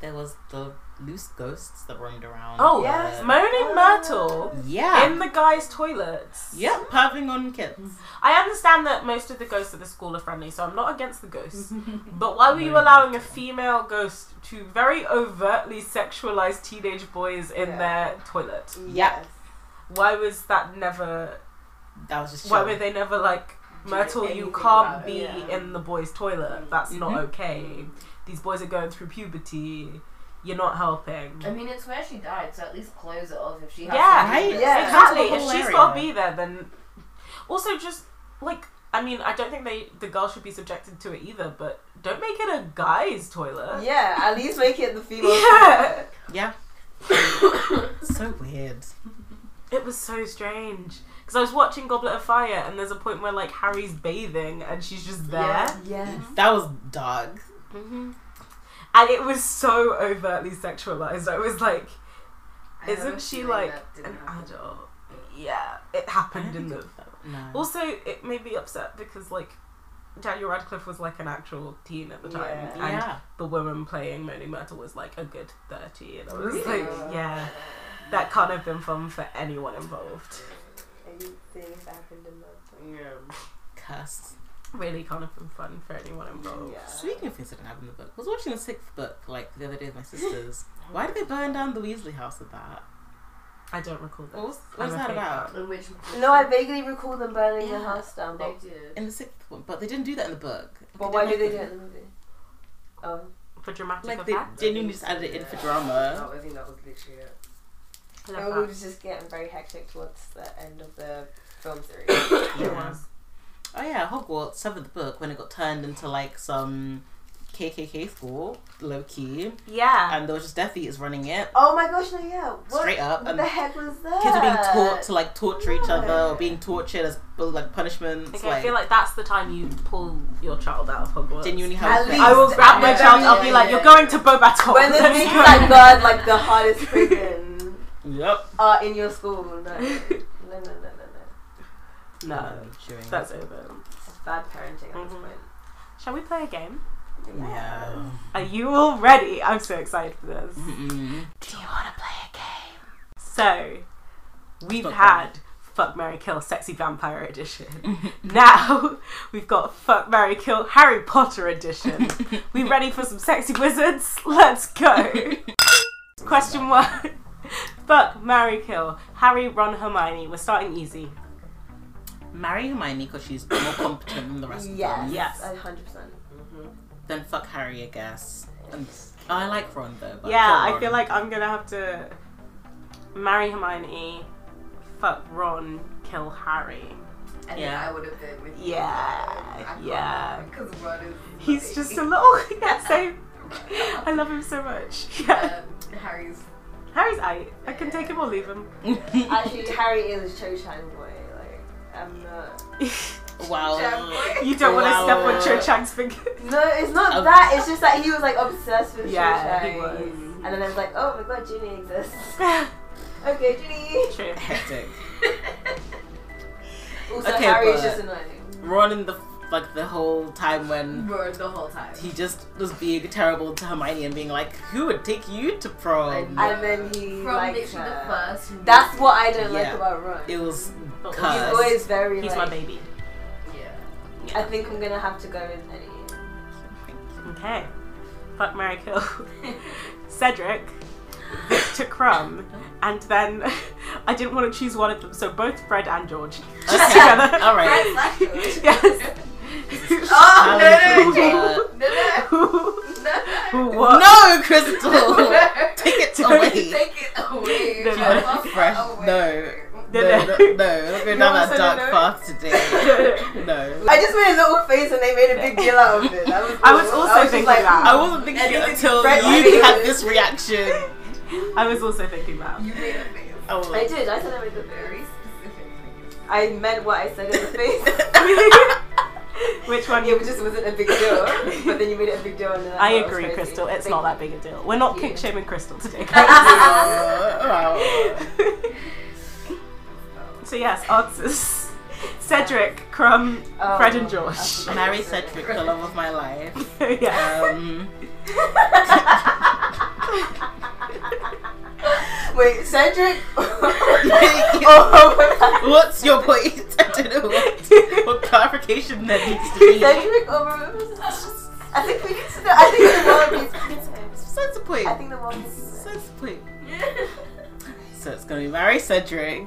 S3: There was the loose ghosts that roamed around.
S2: Oh,
S5: Yes.
S3: Uh,
S2: Moaning Myrtle
S3: yeah.
S2: in the guys' toilets.
S3: Yep, perving on kids.
S2: I understand that most of the ghosts at the school are friendly, so I'm not against the ghosts. but why were you allowing a female ghost to very overtly sexualize teenage boys in
S5: Yeah.
S2: their toilet?
S3: Yeah.
S2: Why was that never?
S3: That was just.
S2: Why
S3: chill.
S2: were they never like Myrtle? You
S4: anything
S2: can't
S4: about it, Mm-hmm.
S2: be
S5: yeah.
S2: in the boys' toilet. That's not
S3: Mhm.
S2: okay. These boys are going through puberty. You're not helping.
S4: I mean, it's where she died, so at least close it off if she has
S2: Yeah,
S4: to do
S3: Right?
S4: this.
S5: Yeah.
S2: exactly.
S3: That's
S2: If
S3: the whole
S2: she's
S3: area.
S2: got to be there, then also just like I mean, I don't think they the girl should be subjected to it either. But don't make it a guy's toilet.
S5: yeah, at least make it the female.
S2: Yeah.
S3: Yeah. so weird.
S2: It was so strange because I was watching Goblet of Fire, and there's a point where like Harry's bathing, and she's just there,
S5: Yes.
S3: That was dark.
S5: Mm-hmm.
S2: hmm and it was so overtly sexualized. I was like,
S4: I have a
S2: isn't she
S4: feeling
S2: like
S4: that didn't
S2: an
S4: happen.
S2: adult? Yeah, it happened in the
S3: No.
S2: Also, it made me upset because like Daniel Radcliffe was like an actual teen at the time,
S5: Yeah.
S2: and
S3: yeah.
S2: the woman playing Moaning Myrtle was like a good thirty, and I was
S5: Really?
S2: like, yeah, that can't have been fun for anyone involved.
S5: Things happened in that.
S3: Cursed.
S2: Really can't have been fun for anyone involved.
S3: Speaking of things that didn't happen in the book, I was watching the sixth book like the other day with my sisters. Why did they burn down the Weasley house with that?
S2: I don't recall that.
S3: What was, what was
S2: I'm
S3: that
S2: afraid.
S3: about?
S4: In which
S1: No, I vaguely recall them burning the
S3: Yeah,
S1: house down.
S4: they
S1: But,
S4: did.
S3: In the sixth one, but they didn't do that in the book.
S1: but why did they do it
S3: that?
S1: in the movie? Oh,
S2: For dramatic
S3: Like they
S2: effect.
S3: genuinely just added it in for
S4: No,
S3: drama.
S4: I think that was literally it.
S2: I
S1: it
S2: love
S1: was Oh, just getting very hectic towards the end of the film series.
S2: that. It was.
S3: Oh yeah, Hogwarts seventh book when it got turned into like some KKK school, low key,
S2: Yeah.
S3: and there was just Death Eaters running it.
S1: oh my gosh, no, yeah. What,
S3: Straight up,
S1: What
S3: and
S1: the heck was that?
S3: Kids are being taught to like torture each other
S1: Yeah.
S3: or being tortured as like punishments.
S2: Okay, I
S3: like,
S2: feel like that's the time you pull your child out of Hogwarts.
S3: genuinely
S1: At
S3: how
S1: least-
S2: I will grab my
S1: Yeah,
S2: child. I'll be
S1: yeah,
S2: like,
S1: yeah,
S2: "You're
S1: yeah.
S2: going to Bobaton."
S1: When the things like God, like the hardest prison,
S3: Yep.
S1: are "Uh, in your school. No, no, no, no, no. no.
S2: no,
S3: Chewing.
S2: that's over.
S1: It's bad parenting at this
S4: Mm-hmm.
S2: Mhm.
S1: point.
S2: Shall we play a game?
S3: yeah.
S2: Are you all ready? I'm so excited for this.
S3: Mm-mm.
S2: Do you want to play a game? So, we've
S3: Fuck
S2: had Fuck Mary Kill Sexy Vampire Edition. now we've got Fuck Mary Kill Harry Potter Edition. we ready for some sexy wizards? Let's go. Question one. Fuck Mary Kill Harry Ron Hermione. We're starting easy.
S3: Marry Hermione because she's more competent than the rest of
S1: Yes,
S3: them.
S2: Yes.
S1: a hundred percent.
S3: Then fuck Harry, I guess. And I like Ron though. But
S2: yeah,
S3: kill
S2: I feel
S3: Ron.
S2: like I'm gonna have to marry Hermione. Fuck Ron. Kill Harry.
S4: And
S3: Yeah.
S4: yeah. I would have been with you.
S2: Yeah, yeah.
S4: Because Rod is.
S2: He's
S4: lovely.
S2: just a little. Yeah, same. I love him so much. Yeah.
S4: Um, Harry's.
S2: Harry's eight. I can take him or leave him.
S1: Actually, Harry is a Cho Chang boy. Like, I'm not.
S3: wow.
S2: you don't want to step on
S3: Wow.
S2: Cho Chang's finger.
S1: No, it's not
S3: Um,
S1: that. It's just that he was like obsessed with
S2: Yeah,
S1: Cho
S2: he
S1: Chang.
S2: was.
S1: And then I was like, oh my god, Ginny exists. okay, Ginny.
S2: True.
S3: Hectic.
S1: Also,
S3: Okay,
S1: Harry is
S3: but-
S1: just annoying.
S3: Ron in the like the whole time when
S4: Rod the whole time.
S3: he just was being terrible to Hermione and being like, "Who would take you to prom?"
S1: And then he
S4: From
S1: likes
S4: literally the
S1: her.
S4: first.
S1: That's what I don't like
S3: Yeah.
S1: about Ron.
S3: It was
S2: But
S3: cursed.
S1: He's always very
S2: He's my
S1: like.
S2: baby.
S4: Yeah.
S1: I think I'm gonna have to go with Eddie.
S2: Okay. Fuck Mary Kill. Cedric, Victor Crumb, and then I didn't want to choose one of them, so both Fred and George. Just
S3: Okay.
S2: together.
S3: All right.
S2: Yes.
S4: Oh,
S3: Alan
S4: no, no,
S2: Who-
S4: no, no, no,
S2: who-
S3: Cooper.
S2: what?
S3: No, Crystal.
S4: no.
S3: Take it
S2: Don't
S3: away.
S4: Take it away.
S2: No,
S4: Get
S2: no.
S4: off
S3: Fresh.
S4: away.
S3: No.
S2: No, no.
S3: No, no, no. We're going down
S2: wanna
S3: that
S2: say
S3: dark
S2: no, no?
S3: path today. No.
S1: I just made a little face and they made a big deal out of it. That was
S2: I was
S1: cool.
S2: also
S1: I was just
S2: thinking
S1: like,
S2: that.
S3: I wasn't thinking
S1: I think
S3: it
S1: it's
S3: until
S1: Fred
S3: you
S1: White.
S3: had this reaction. Oh.
S2: I was also thinking that.
S4: You made a face.
S3: I was-
S1: I did. I said I made the
S4: Very specific.
S1: I meant what I said in the face.
S2: Which one?
S1: it just wasn't a big deal, but then you made it a big deal. And then
S2: I
S1: thought it was
S2: agree,
S1: crazy.
S2: Crystal. It's
S1: Thank
S2: not
S1: you.
S2: that big a deal. We're not
S1: Yeah.
S2: pink shaming Crystal today.
S3: Wow.
S2: so yes, answers. Cedric, Crumb,
S1: Um,
S2: Fred and
S1: I
S2: George.
S1: forgot
S3: Marry
S1: to say that.
S3: Cedric, the love of my life.
S2: yeah.
S3: Um,
S1: Wait, Cedric. Oh,
S3: what's your point? I don't know what, what clarification that needs to
S1: Cedric over. I think we need to know. I think the world needs
S3: be.
S1: peace.
S3: Besides the point.
S1: I think the world needs peace.
S3: Besides the point. So it's gonna be marry Cedric.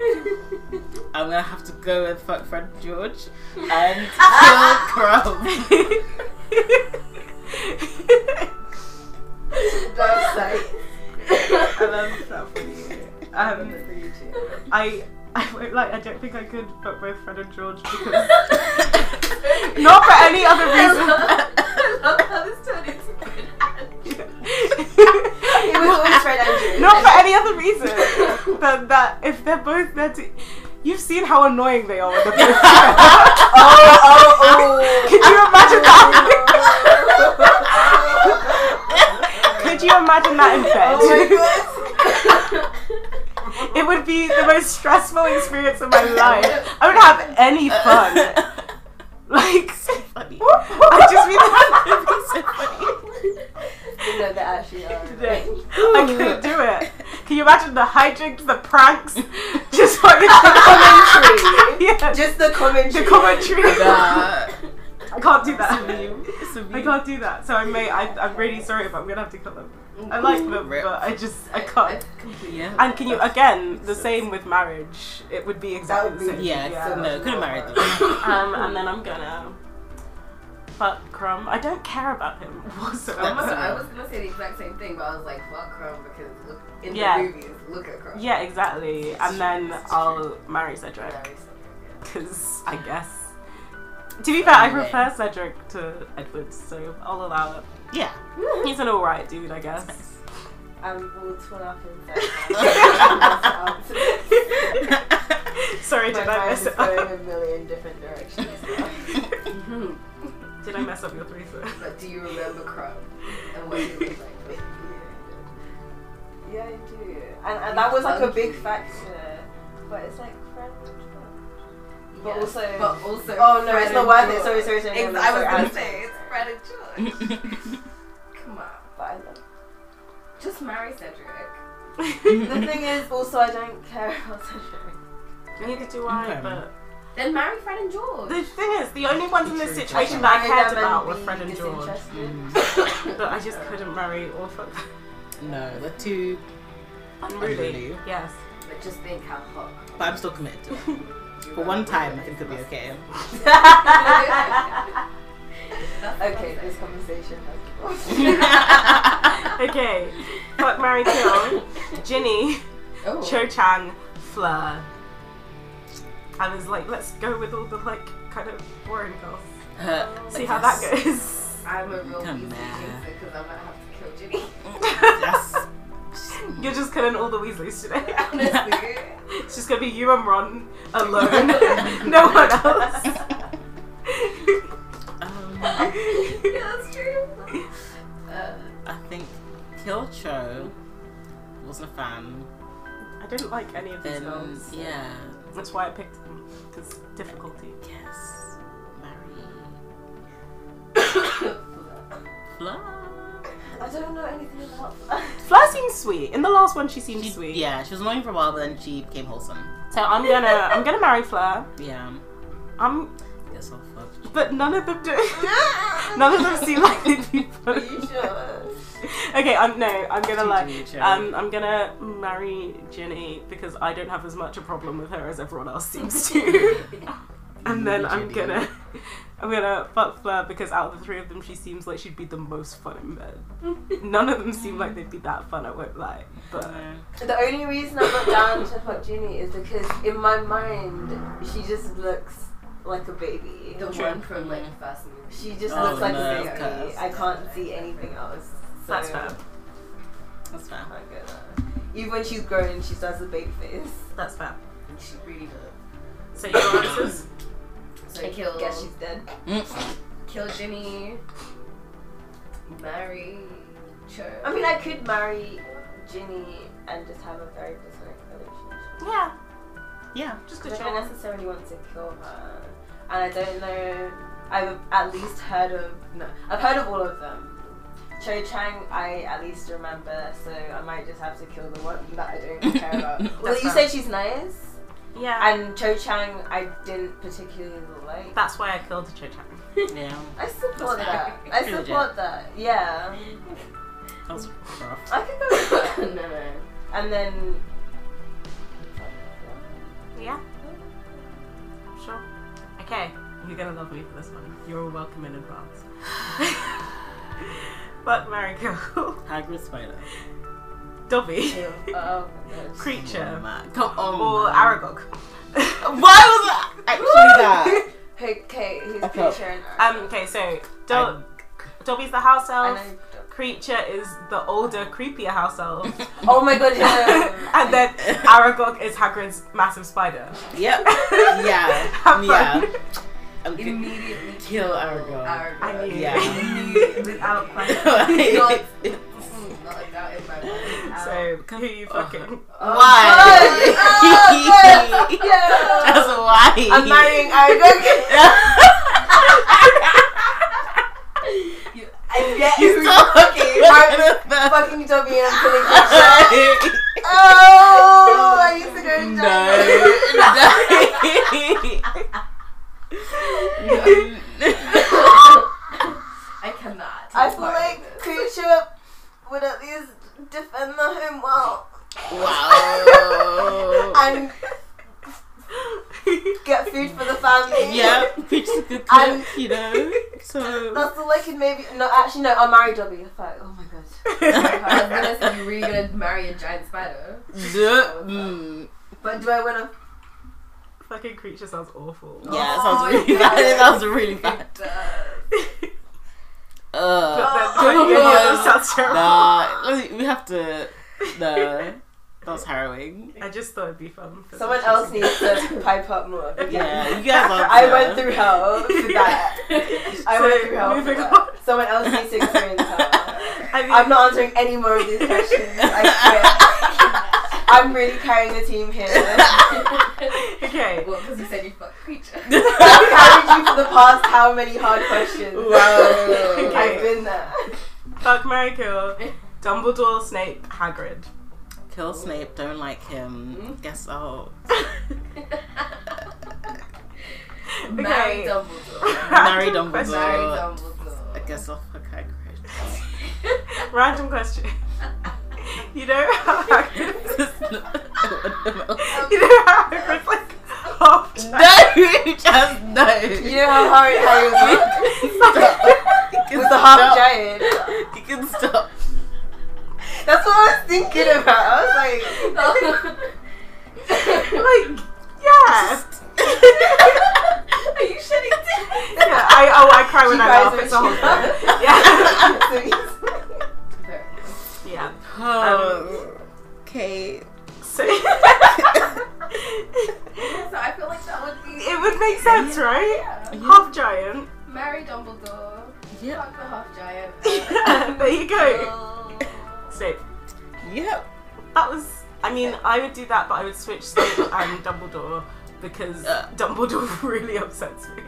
S3: I'm gonna have to go with fuck Fred George and kill Crumb.
S1: Oh Dark side.
S2: Uh, I love that for you. Um,
S1: For you too.
S2: I, I won't like. I don't think I could put both Fred and George because not for any other
S4: I love how this turned into good.
S2: reason.
S1: It was always Fred Andrew.
S2: Not for any other reason than that if they're both there to. You've seen how annoying they are when they're both together.
S1: Oh, oh,
S2: Could you imagine that?
S1: oh.
S2: Could you imagine that in bed?
S1: Oh my god.
S2: it would be the most stressful experience of my life. I would have any fun. Like,
S3: funny.
S2: I just mean
S3: That'd be so
S2: that.
S3: funny.
S1: No, they actually are.
S2: I couldn't do it. Can you imagine the hijinks, the pranks? Just like the
S1: Commentary.
S2: yeah,
S1: Just the commentary.
S2: the commentary.
S3: Nah,
S2: I can't do that.
S3: it's a
S2: I
S3: meme.
S2: can't do that. So I may. I, I'm really sorry, but I'm gonna have to cut them. I like them,
S3: Rip.
S2: but I just I
S4: I
S2: can't.
S4: completely
S3: Yeah.
S2: And can you again the same with marriage? It would be exactly
S1: would
S2: the
S1: be-
S2: same.
S3: Yeah,
S1: so
S3: no,
S1: much
S3: could have
S1: more.
S3: married them.
S2: Um, and then I'm gonna fuck Crumb. I don't care about him
S4: I was,
S2: whatsoever.
S4: I was gonna say the exact same thing, but I was like, fuck Chrome because look in
S2: Yeah.
S4: the movies, look at Chrome.
S2: Yeah, exactly. And then I'll marry Cedric
S4: Very similar,
S2: because I guess. To be fair, I
S3: Anyway.
S2: prefer Cedric to Edward, so I'll allow it.
S3: Yeah.
S2: He's an alright dude, I guess.
S1: Um, we'll turn up
S4: Um,
S1: and say
S2: Sorry,
S1: My
S2: did I
S1: mind
S2: mess
S1: is
S2: it up?
S1: going a million different directions.
S2: Did I mess up your threesome?
S4: yeah. hmm, But do you remember Chrome and what he looked like?
S1: Yeah, I do. And, and that was like a big factor. But it's like friend. But
S4: Yeah.
S1: also-
S4: but also,
S1: Oh no,
S4: Fred
S1: it's not
S4: and
S1: worth it.
S4: George.
S1: Sorry, sorry, sorry.
S4: Ex-
S1: no,
S4: I was
S1: sorry,
S4: gonna
S1: I'm
S4: say it's Fred and George. Come on,
S1: But I love
S4: just marry Cedric.
S1: The thing is, also, I don't care about Cedric.
S2: Neither do I,
S3: Okay.
S2: but
S4: Then marry Fred and George.
S2: the thing is, the only ones in this
S3: True,
S2: situation
S3: true.
S2: that I cared
S1: them
S2: about were
S1: be
S2: Fred and George,
S1: disinterested.
S2: but I just couldn't marry or fuck.
S3: no, they're too.
S2: Unruly.
S3: Unruly.
S2: Yes.
S4: But just think how hot.
S3: But I'm still committed to it. For one time, I think it'll be okay.
S1: Okay, this conversation has.
S2: Okay. fuck, marry, kill. Ginny,
S4: Oh.
S2: Cho Chang, Fleur. I was like, let's go with all the like kind of boring girls.
S3: Uh,
S2: See
S3: I
S2: how
S3: guess.
S2: that goes.
S4: I'm a real
S3: Come
S4: easy
S3: on.
S4: chaser because I'm gonna have to kill Ginny.
S3: Yes.
S2: You're just killing all the Weasleys today.
S4: Honestly.
S2: It's just gonna be you and Ron alone. no one else.
S3: Um,
S4: yeah, that's true. Uh,
S3: I think Kilcho wasn't a fan.
S2: I didn't like any of these
S3: Then
S2: films.
S3: yeah,
S2: That's why I picked them, because difficulty.
S3: yes, marry Fleur.
S1: I don't know anything about. I
S2: Fleur seems sweet. In the last one, she seemed
S3: She-
S2: sweet.
S3: Yeah, she was annoying for a while, but then she became wholesome.
S2: So I'm gonna, I'm gonna marry Fleur.
S3: Yeah,
S2: I'm,
S3: gets all fucked.
S2: but none of them do. none of them seem like they'd be funny. Okay, I'm no, I'm gonna
S3: Gigi
S2: lie.
S3: and Joe.
S2: Um, I'm gonna marry Ginny because I don't have as much a problem with her as everyone else seems to. and then I'm
S3: Ginny.
S2: gonna, I'm gonna fuck Fleur because out of the three of them, she seems like she'd be the most fun in bed. None of them seem like they'd be that fun. I won't lie, but
S3: Yeah.
S1: The only reason I'm not down to fuck Ginny is because in my mind she just looks like a baby.
S4: the
S3: True.
S4: one from like the first movie.
S1: She just
S3: Oh,
S1: looks like
S3: no,
S1: a
S3: of
S1: baby.
S3: course.
S1: I can't see anything else. So
S2: that's fair.
S3: That's fair.
S1: I'm not gonna. Even when she's grown, she still has a baby face.
S2: That's fair.
S4: She really does.
S2: So your answers?
S4: So kill,
S1: Guess she's dead.
S3: Mm.
S4: kill Ginny. Marry Cho.
S1: I mean, I could marry Ginny and just have a very platonic relationship.
S2: Yeah,
S3: Yeah.
S2: just a
S1: I don't
S2: chance.
S1: necessarily want to kill her, and I don't know. I've at least heard of no. I've heard of all of them. Cho Chang, I at least remember, so I might just have to kill the one that I don't care about. well,
S2: That's
S1: you
S2: fair.
S1: said she's nice,
S2: Yeah,
S1: and Cho Chang, I didn't particularly like.
S2: that's why I killed Cho Chang.
S3: Yeah.
S1: I support
S3: That's
S1: that.
S4: fair.
S1: I
S3: Pretty
S1: support that. Yeah,
S3: That was rough.
S1: I could go with that.
S4: no, no.
S1: And then
S2: Yeah, sure. Okay, you're gonna love me for this one. You're all welcome in advance. but Mary Kill,
S3: Hagrid spider.
S2: Dobby,
S1: Oh,
S2: Creature,
S3: man. Oh Come on.
S2: or
S3: man.
S2: Aragog.
S3: Why was I actually
S1: okay, who's
S3: Okay.
S1: creature and
S2: Um, okay, so Do- Dobby's the house
S1: I
S2: elf.
S1: know.
S2: Creature is the older, creepier house elf,
S1: Oh my god, yeah.
S2: and then Aragog is Hagrid's massive spider.
S3: that? Yep. Yeah.
S2: Have
S3: yeah.
S2: fun.
S3: I'm good.
S4: Immediately
S3: Kill Aragorn.
S4: Aragorn.
S2: I knew.
S3: Yeah.
S4: Immediately, without question.
S3: Like,
S4: Not a doubt in my mind.
S2: So who you fucking?
S3: Why?
S1: Ah, Yeah.
S3: That's why.
S1: I'm marrying Aragog. I get who you're fucking. I'm fucking Dobby and I'm killing Creature. Oh, I used to go to Jack.
S4: I cannot.
S1: I feel like Creature would at least
S3: cook, you know. So
S5: That's all I can maybe. No, actually, no. I'll marry Dobby. Fuck. Oh my god.
S4: I was gonna say, you really gonna marry a giant spider?
S3: Duh, mm,
S5: But do I want
S2: Fucking creature sounds awful.
S3: yeah, that sounds really
S5: Oh,
S3: bad. That sounds really bad. Uh,
S2: But then, don't you know, that sounds terrible.
S3: nah, let me- we have to. Nah, that's harrowing.
S2: I just thought it'd be fun. for
S5: to? Someone
S2: them to
S5: else
S2: see.
S5: needs to pipe up more. because
S3: Yeah, you guys are.
S5: I went through hell for that. I went
S2: So,
S5: through hell for
S2: moving
S5: that. Someone else needs to experience hell.
S2: I mean,
S5: I'm not answering any more of these questions. I swear. I'm really carrying the team here.
S2: okay.
S4: Well, because you said you fuck creature.
S5: I've carried you for the past how many hard questions?
S3: Wow.
S5: I've been there.
S2: Fuck Mary Kill. Dumbledore, Snape, Hagrid.
S3: Kill Snape. Don't like him.
S5: Mm-hmm.
S3: Guess I'll
S4: Marry Dumbledore.
S3: marry
S2: Random question.
S4: Marry
S3: Dumbledore.
S4: Dumbledore.
S3: I guess I'll fuck Hagrid.
S2: Random question. You know how Hagrid, you know how Hagrid's like half
S3: no, just no.
S5: You know how hard Harry was
S3: You
S5: with
S3: can
S5: the half
S3: stop.
S5: giant?
S3: You can stop.
S5: That's what I was thinking about. I was like,
S2: like yeah.
S4: Are you shedding tears?
S2: yeah. I oh I cry when I
S5: You guys
S2: laugh.
S5: are
S2: It's a whole thing. Yeah.
S5: cheap.
S4: Fair enough.
S2: yeah.
S5: Um,
S3: Oh, okay.
S2: So
S4: So I feel like that would be
S2: it would make sense, right?
S4: yeah.
S2: Half giant.
S4: Marry Dumbledore.
S3: Yep.
S4: Fuck the half giant.
S2: there you go.
S4: Oh.
S2: Snape.
S3: Yep.
S2: That was. I mean, I would do that, but I would switch Snape and Dumbledore because
S3: Yeah.
S2: Dumbledore really upsets me.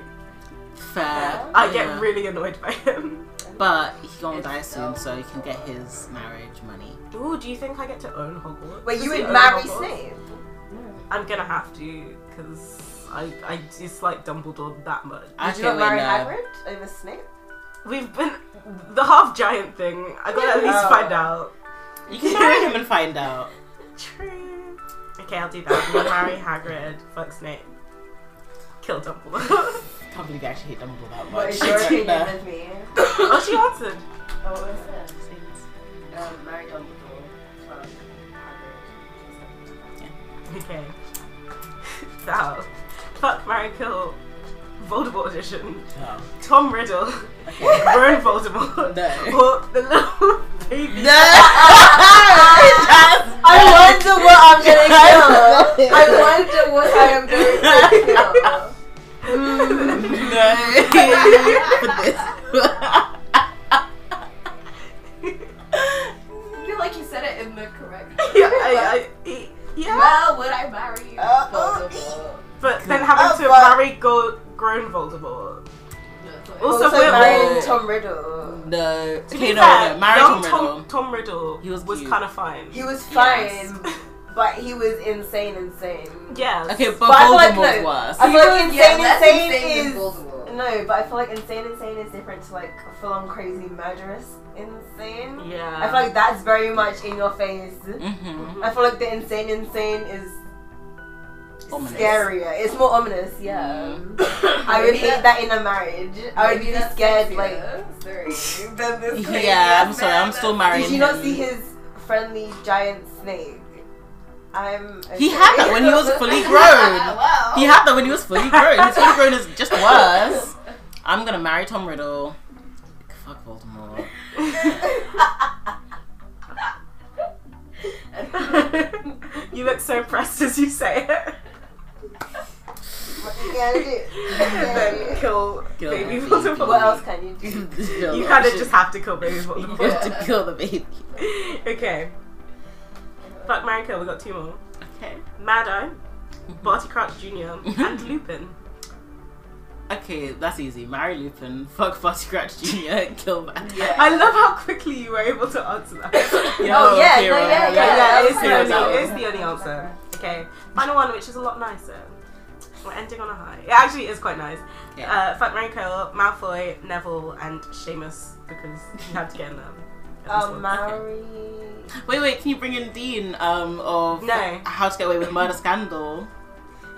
S3: Fair.
S2: I get
S3: yeah.
S2: really annoyed by him.
S3: But he gonna die soon, so he can get his marriage money.
S2: Ooh, do you think I get to own Hogwarts?
S5: wait, you
S2: Does he
S5: would
S2: own
S5: marry
S2: Hogwarts?
S5: Snape?
S2: I'm gonna have to because I I dislike Dumbledore that much.
S5: Would you not marry Hagrid over Snape?
S2: We've been the half giant thing. I gotta at least
S5: Yeah.
S2: find out.
S3: You can marry him and find out.
S2: True. Okay, I'll do that. I'm gonna marry Hagrid. Fuck Snape. Kill Dumbledore.
S3: Can't believe you actually hate Dumbledore that
S5: What
S3: much.
S5: is your opinion
S3: Nah.
S5: of me?
S2: oh, she answered.
S4: Oh, what is that? Um, marry Dumbledore. Fuck Hagrid.
S2: Okay. So, fuck Mary Kill, Voldemort edition,
S3: Oh.
S2: Tom Riddle, Ron Voldemort,
S3: No.
S2: or the little baby.
S5: I wonder what I'm gonna kill. I wonder what I am going to kill.
S4: I feel like you said it in the correct
S2: Yeah, I, I, yeah.
S4: Well, would I marry you?
S5: Uh,
S4: Voldemort.
S2: But then having to
S5: Oh, but-
S2: marry go- grown Voldemort.
S4: No,
S2: Also,
S5: Also,
S2: we're all.
S5: marrying Tom Riddle.
S3: No.
S2: To
S3: Okay,
S2: be
S3: no,
S2: fair,
S3: no. Marry
S2: young
S3: Tom
S2: Tom,
S3: Riddle.
S2: Tom Riddle
S3: He was
S2: was
S3: cute.
S2: kind of fine.
S5: He was fine,
S2: Yes.
S5: but he was insane, insane.
S2: yes.
S3: Okay, but
S5: But I feel like
S3: Voldemort's
S5: no.
S3: worse.
S5: I feel like
S4: Yeah,
S5: insane,
S4: that's
S5: insane,
S4: insane
S5: is
S4: than Voldemort.
S5: no, but I feel like insane, insane is different to like full-on crazy, murderous insane.
S2: Yeah.
S5: I feel like that's very much in your face.
S3: Mm-hmm.
S5: I feel like the insane, insane is
S3: Ominous.
S5: scarier. It's more ominous. Yeah. I would
S4: Maybe
S5: hate
S4: that-
S5: that in a marriage. I would
S4: Maybe
S5: be
S4: that's
S5: scared,
S4: sexier.
S5: like.
S4: Sorry.
S5: than this crazy
S3: Yeah, I'm
S5: ass
S3: sorry.
S5: man.
S3: I'm still marrying
S5: Did you
S3: him.
S5: not see his friendly giant snake? I'm.
S3: He
S5: okay.
S3: had that when he was fully grown.
S4: wow.
S3: He had that when he was fully grown. His fully grown is just worse. I'm gonna marry Tom Riddle. Fuck Voldemort.
S2: you look so pressed as you say it.
S5: Yeah, I do.
S2: and then kill,
S3: Kill
S2: baby
S3: that
S2: Voldemort.
S3: baby.
S5: What else can you do?
S2: You kind of just have to kill baby
S3: you
S2: Voldemort.
S3: have to kill the baby.
S2: okay. Fuck Mary Kill, we got two more.
S3: Okay.
S2: Mad Eye, Barty Crouch Jr., and Lupin.
S3: Okay, that's easy. Marry Lupin. Fuck Fuzzy Scratch Jr. Kill that.
S4: Yeah.
S2: I love how quickly you were able to answer that.
S5: Oh, yeah, no,
S3: Kira.
S5: yeah,
S2: Yeah,
S5: yeah,
S2: it's, the
S5: yeah,
S2: only,
S5: yeah.
S2: it's the only answer. Okay, final one, which is a lot nicer. We're ending on a high. It actually is quite nice.
S3: Yeah.
S2: Uh, fuck Mary Kill, Malfoy, Neville, and Seamus because you had to get in them. Oh,
S5: Um, marry.
S3: Wait, wait. Can you bring in Dean um, of
S2: No.
S3: How to Get Away with Murder Scandal?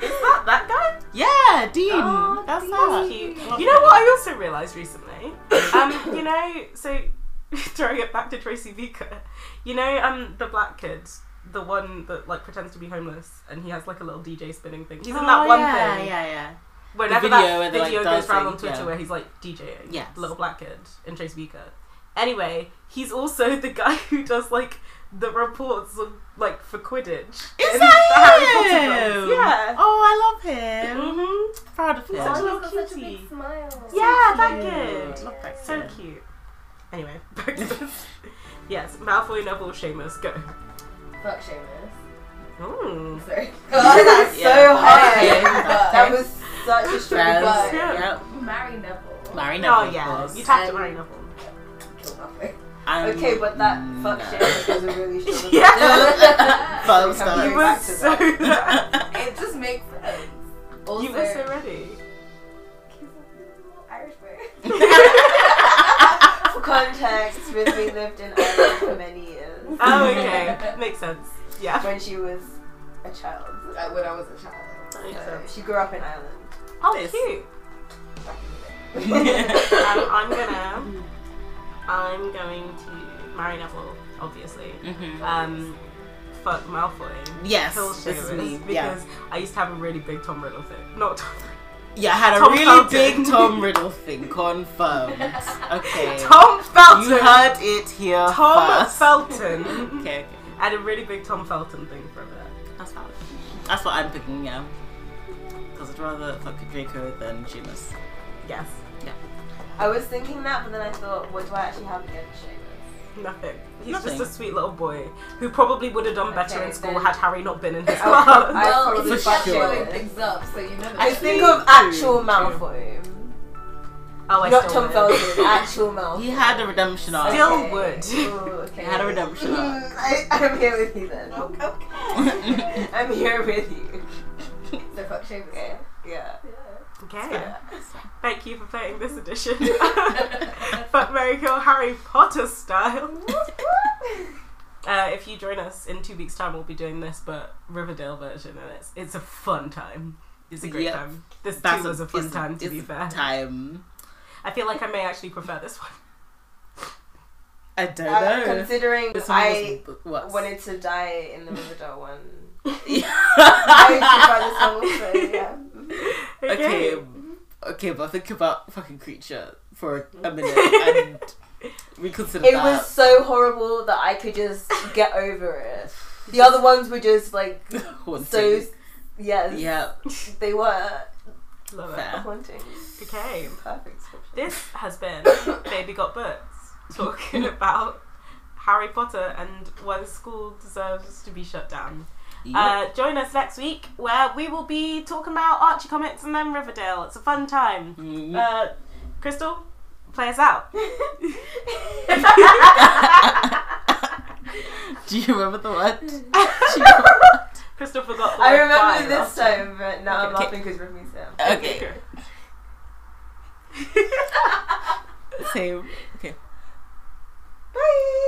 S2: Is that that guy?
S3: Yeah, Dean.
S2: Oh, That's that cute. You know what? I also realised recently. Um, you know, so throwing it back to Tracy Beaker. You know, um, the black kid, the one that like pretends to be homeless, and he has like a little DJ spinning thing. He's in that
S3: Oh,
S2: one
S3: yeah,
S2: thing.
S3: Yeah, yeah.
S2: Whenever
S3: video where
S2: that
S3: they're, like,
S2: video goes around on
S3: dancing,
S2: Twitter
S3: yeah.
S2: where he's like DJing,
S3: Yes.
S2: little black kid and Tracy Beaker. Anyway, he's also the guy who does like the reports on, like for Quidditch.
S3: Is
S2: in
S3: that
S2: the
S3: him?
S2: Harry Potter films. Yeah.
S3: Oh, I love him.
S2: hmm
S3: Proud of him.
S2: Such a
S4: Oh,
S2: little
S4: he's got such a
S2: cutie.
S4: big smile.
S2: Yeah, that
S3: cute.
S2: kid.
S3: Love that
S2: So
S3: kid.
S2: cute. Anyway, back to this. yes, Malfoy, Neville, Seamus, go.
S3: Mm.
S2: Oh,
S4: Fuck Seamus.
S2: Ooh.
S4: Sorry.
S5: God, that's
S3: Yeah.
S5: so hard.
S3: Okay.
S5: that was such a stress.
S3: Stress.
S4: But-
S3: Yep.
S4: Marry Neville.
S3: Larry Neville.
S2: Oh yeah,
S3: of
S2: you'd
S3: course.
S2: have to
S5: Um,
S2: marry Neville.
S4: Kill Malfoy.
S3: Um,
S5: Okay, but that fuck
S3: no.
S5: shit was a really short
S2: Yeah.
S3: Fun
S5: Sorry,
S2: You
S5: Go
S3: stuff.
S2: were
S5: back to
S2: so.
S4: It just makes sense. Also,
S2: you were so ready.
S4: Irish boy.
S5: For context, Ridley lived in Ireland for many years
S2: Oh okay, makes sense. Yeah.
S5: when she was a child.
S4: Uh, when I was a child.
S5: So she grew up in Ireland.
S2: Oh
S3: Yes.
S2: cute.
S4: Back in
S2: Um, I'm gonna. I'm going to marry Neville, obviously.
S3: Mhm.
S2: Um, fuck Malfoy.
S3: Yes,
S2: Kill
S3: this is
S2: Seamus,
S3: me. Yeah.
S2: Because I used to have a really big Tom Riddle thing. Not Tom.
S3: Yeah, I had a
S2: Tom
S3: really
S2: Felton.
S3: big Tom Riddle thing confirmed. Okay.
S2: Tom Felton.
S3: you heard it here
S2: Tom
S3: first.
S2: Felton.
S3: Okay, okay.
S2: I had a really big Tom Felton thing for a bit.
S3: That's valid. That's what I'm picking, yeah. Because I'd rather fuck Draco than Seamus.
S2: Yes.
S5: I was thinking that, but then I thought, what do I actually have against Seamus?
S2: Nothing. He's
S3: Nothing.
S2: just a sweet little boy who probably would have done better
S5: Okay,
S2: in school
S5: then-
S2: had Harry not been in his
S5: I'll-
S2: class.
S5: I
S4: well,
S5: probably
S4: it's
S3: for
S4: just
S5: fucked
S3: sure.
S5: with
S4: blowing
S5: it.
S4: things up, so you never.
S5: I
S4: know.
S5: think of actual Malfoy,
S2: Oh, I
S5: not
S2: still
S5: Tom
S2: would.
S5: Felton. Actual Malfoy.
S3: He had a redemption arc.
S2: Still
S5: Okay.
S2: would.
S5: Ooh, okay.
S3: He had a redemption arc.
S5: Mm, I, I'm here with you then. Okay. I'm here with you.
S4: So fuck Seamus.
S5: Okay. Yeah.
S2: Okay. Thank you for playing this edition. Fuck Mary Kill Harry Potter style. Uh, if you join us in two weeks' time, we'll be doing this, but Riverdale version, and it's it's a fun time. It's a great
S3: Yep.
S2: time. This
S3: That's
S2: too was a fun
S3: it's
S2: time, to
S3: it's
S2: be fair.
S3: Time.
S2: I feel like I may actually prefer this one.
S3: I don't
S5: Uh,
S3: know.
S5: considering
S3: This one
S5: I
S3: was- was-
S5: wanted to die in the Riverdale one.
S3: okay.
S5: I prefer this one also, yeah. Mm-hmm.
S3: Okay, but think about fucking creature for a minute and reconsider
S5: Mm. It
S3: that.
S5: was so horrible that I could just get over it. The other ones were just like
S3: Haunting.
S5: so. Yes,
S3: yeah,
S5: they were
S2: Love it.
S3: fair.
S5: haunting.
S2: Okay.
S5: Perfect. description.
S2: This has been Baby Got Books talking about Harry Potter and why school deserves to be shut down. Uh, join us next week where we will be talking about Archie comics and then Riverdale. It's a fun time.
S5: Mm.
S3: Yep.
S2: Uh, Crystal, play us out.
S3: Do you remember the word?
S2: Crystal forgot. The
S5: I
S2: word
S5: remember
S2: bye
S5: this
S2: last
S5: time, but now I'm
S3: Okay.
S5: laughing because Remy Sam.
S3: Okay, same. Okay.
S5: Bye.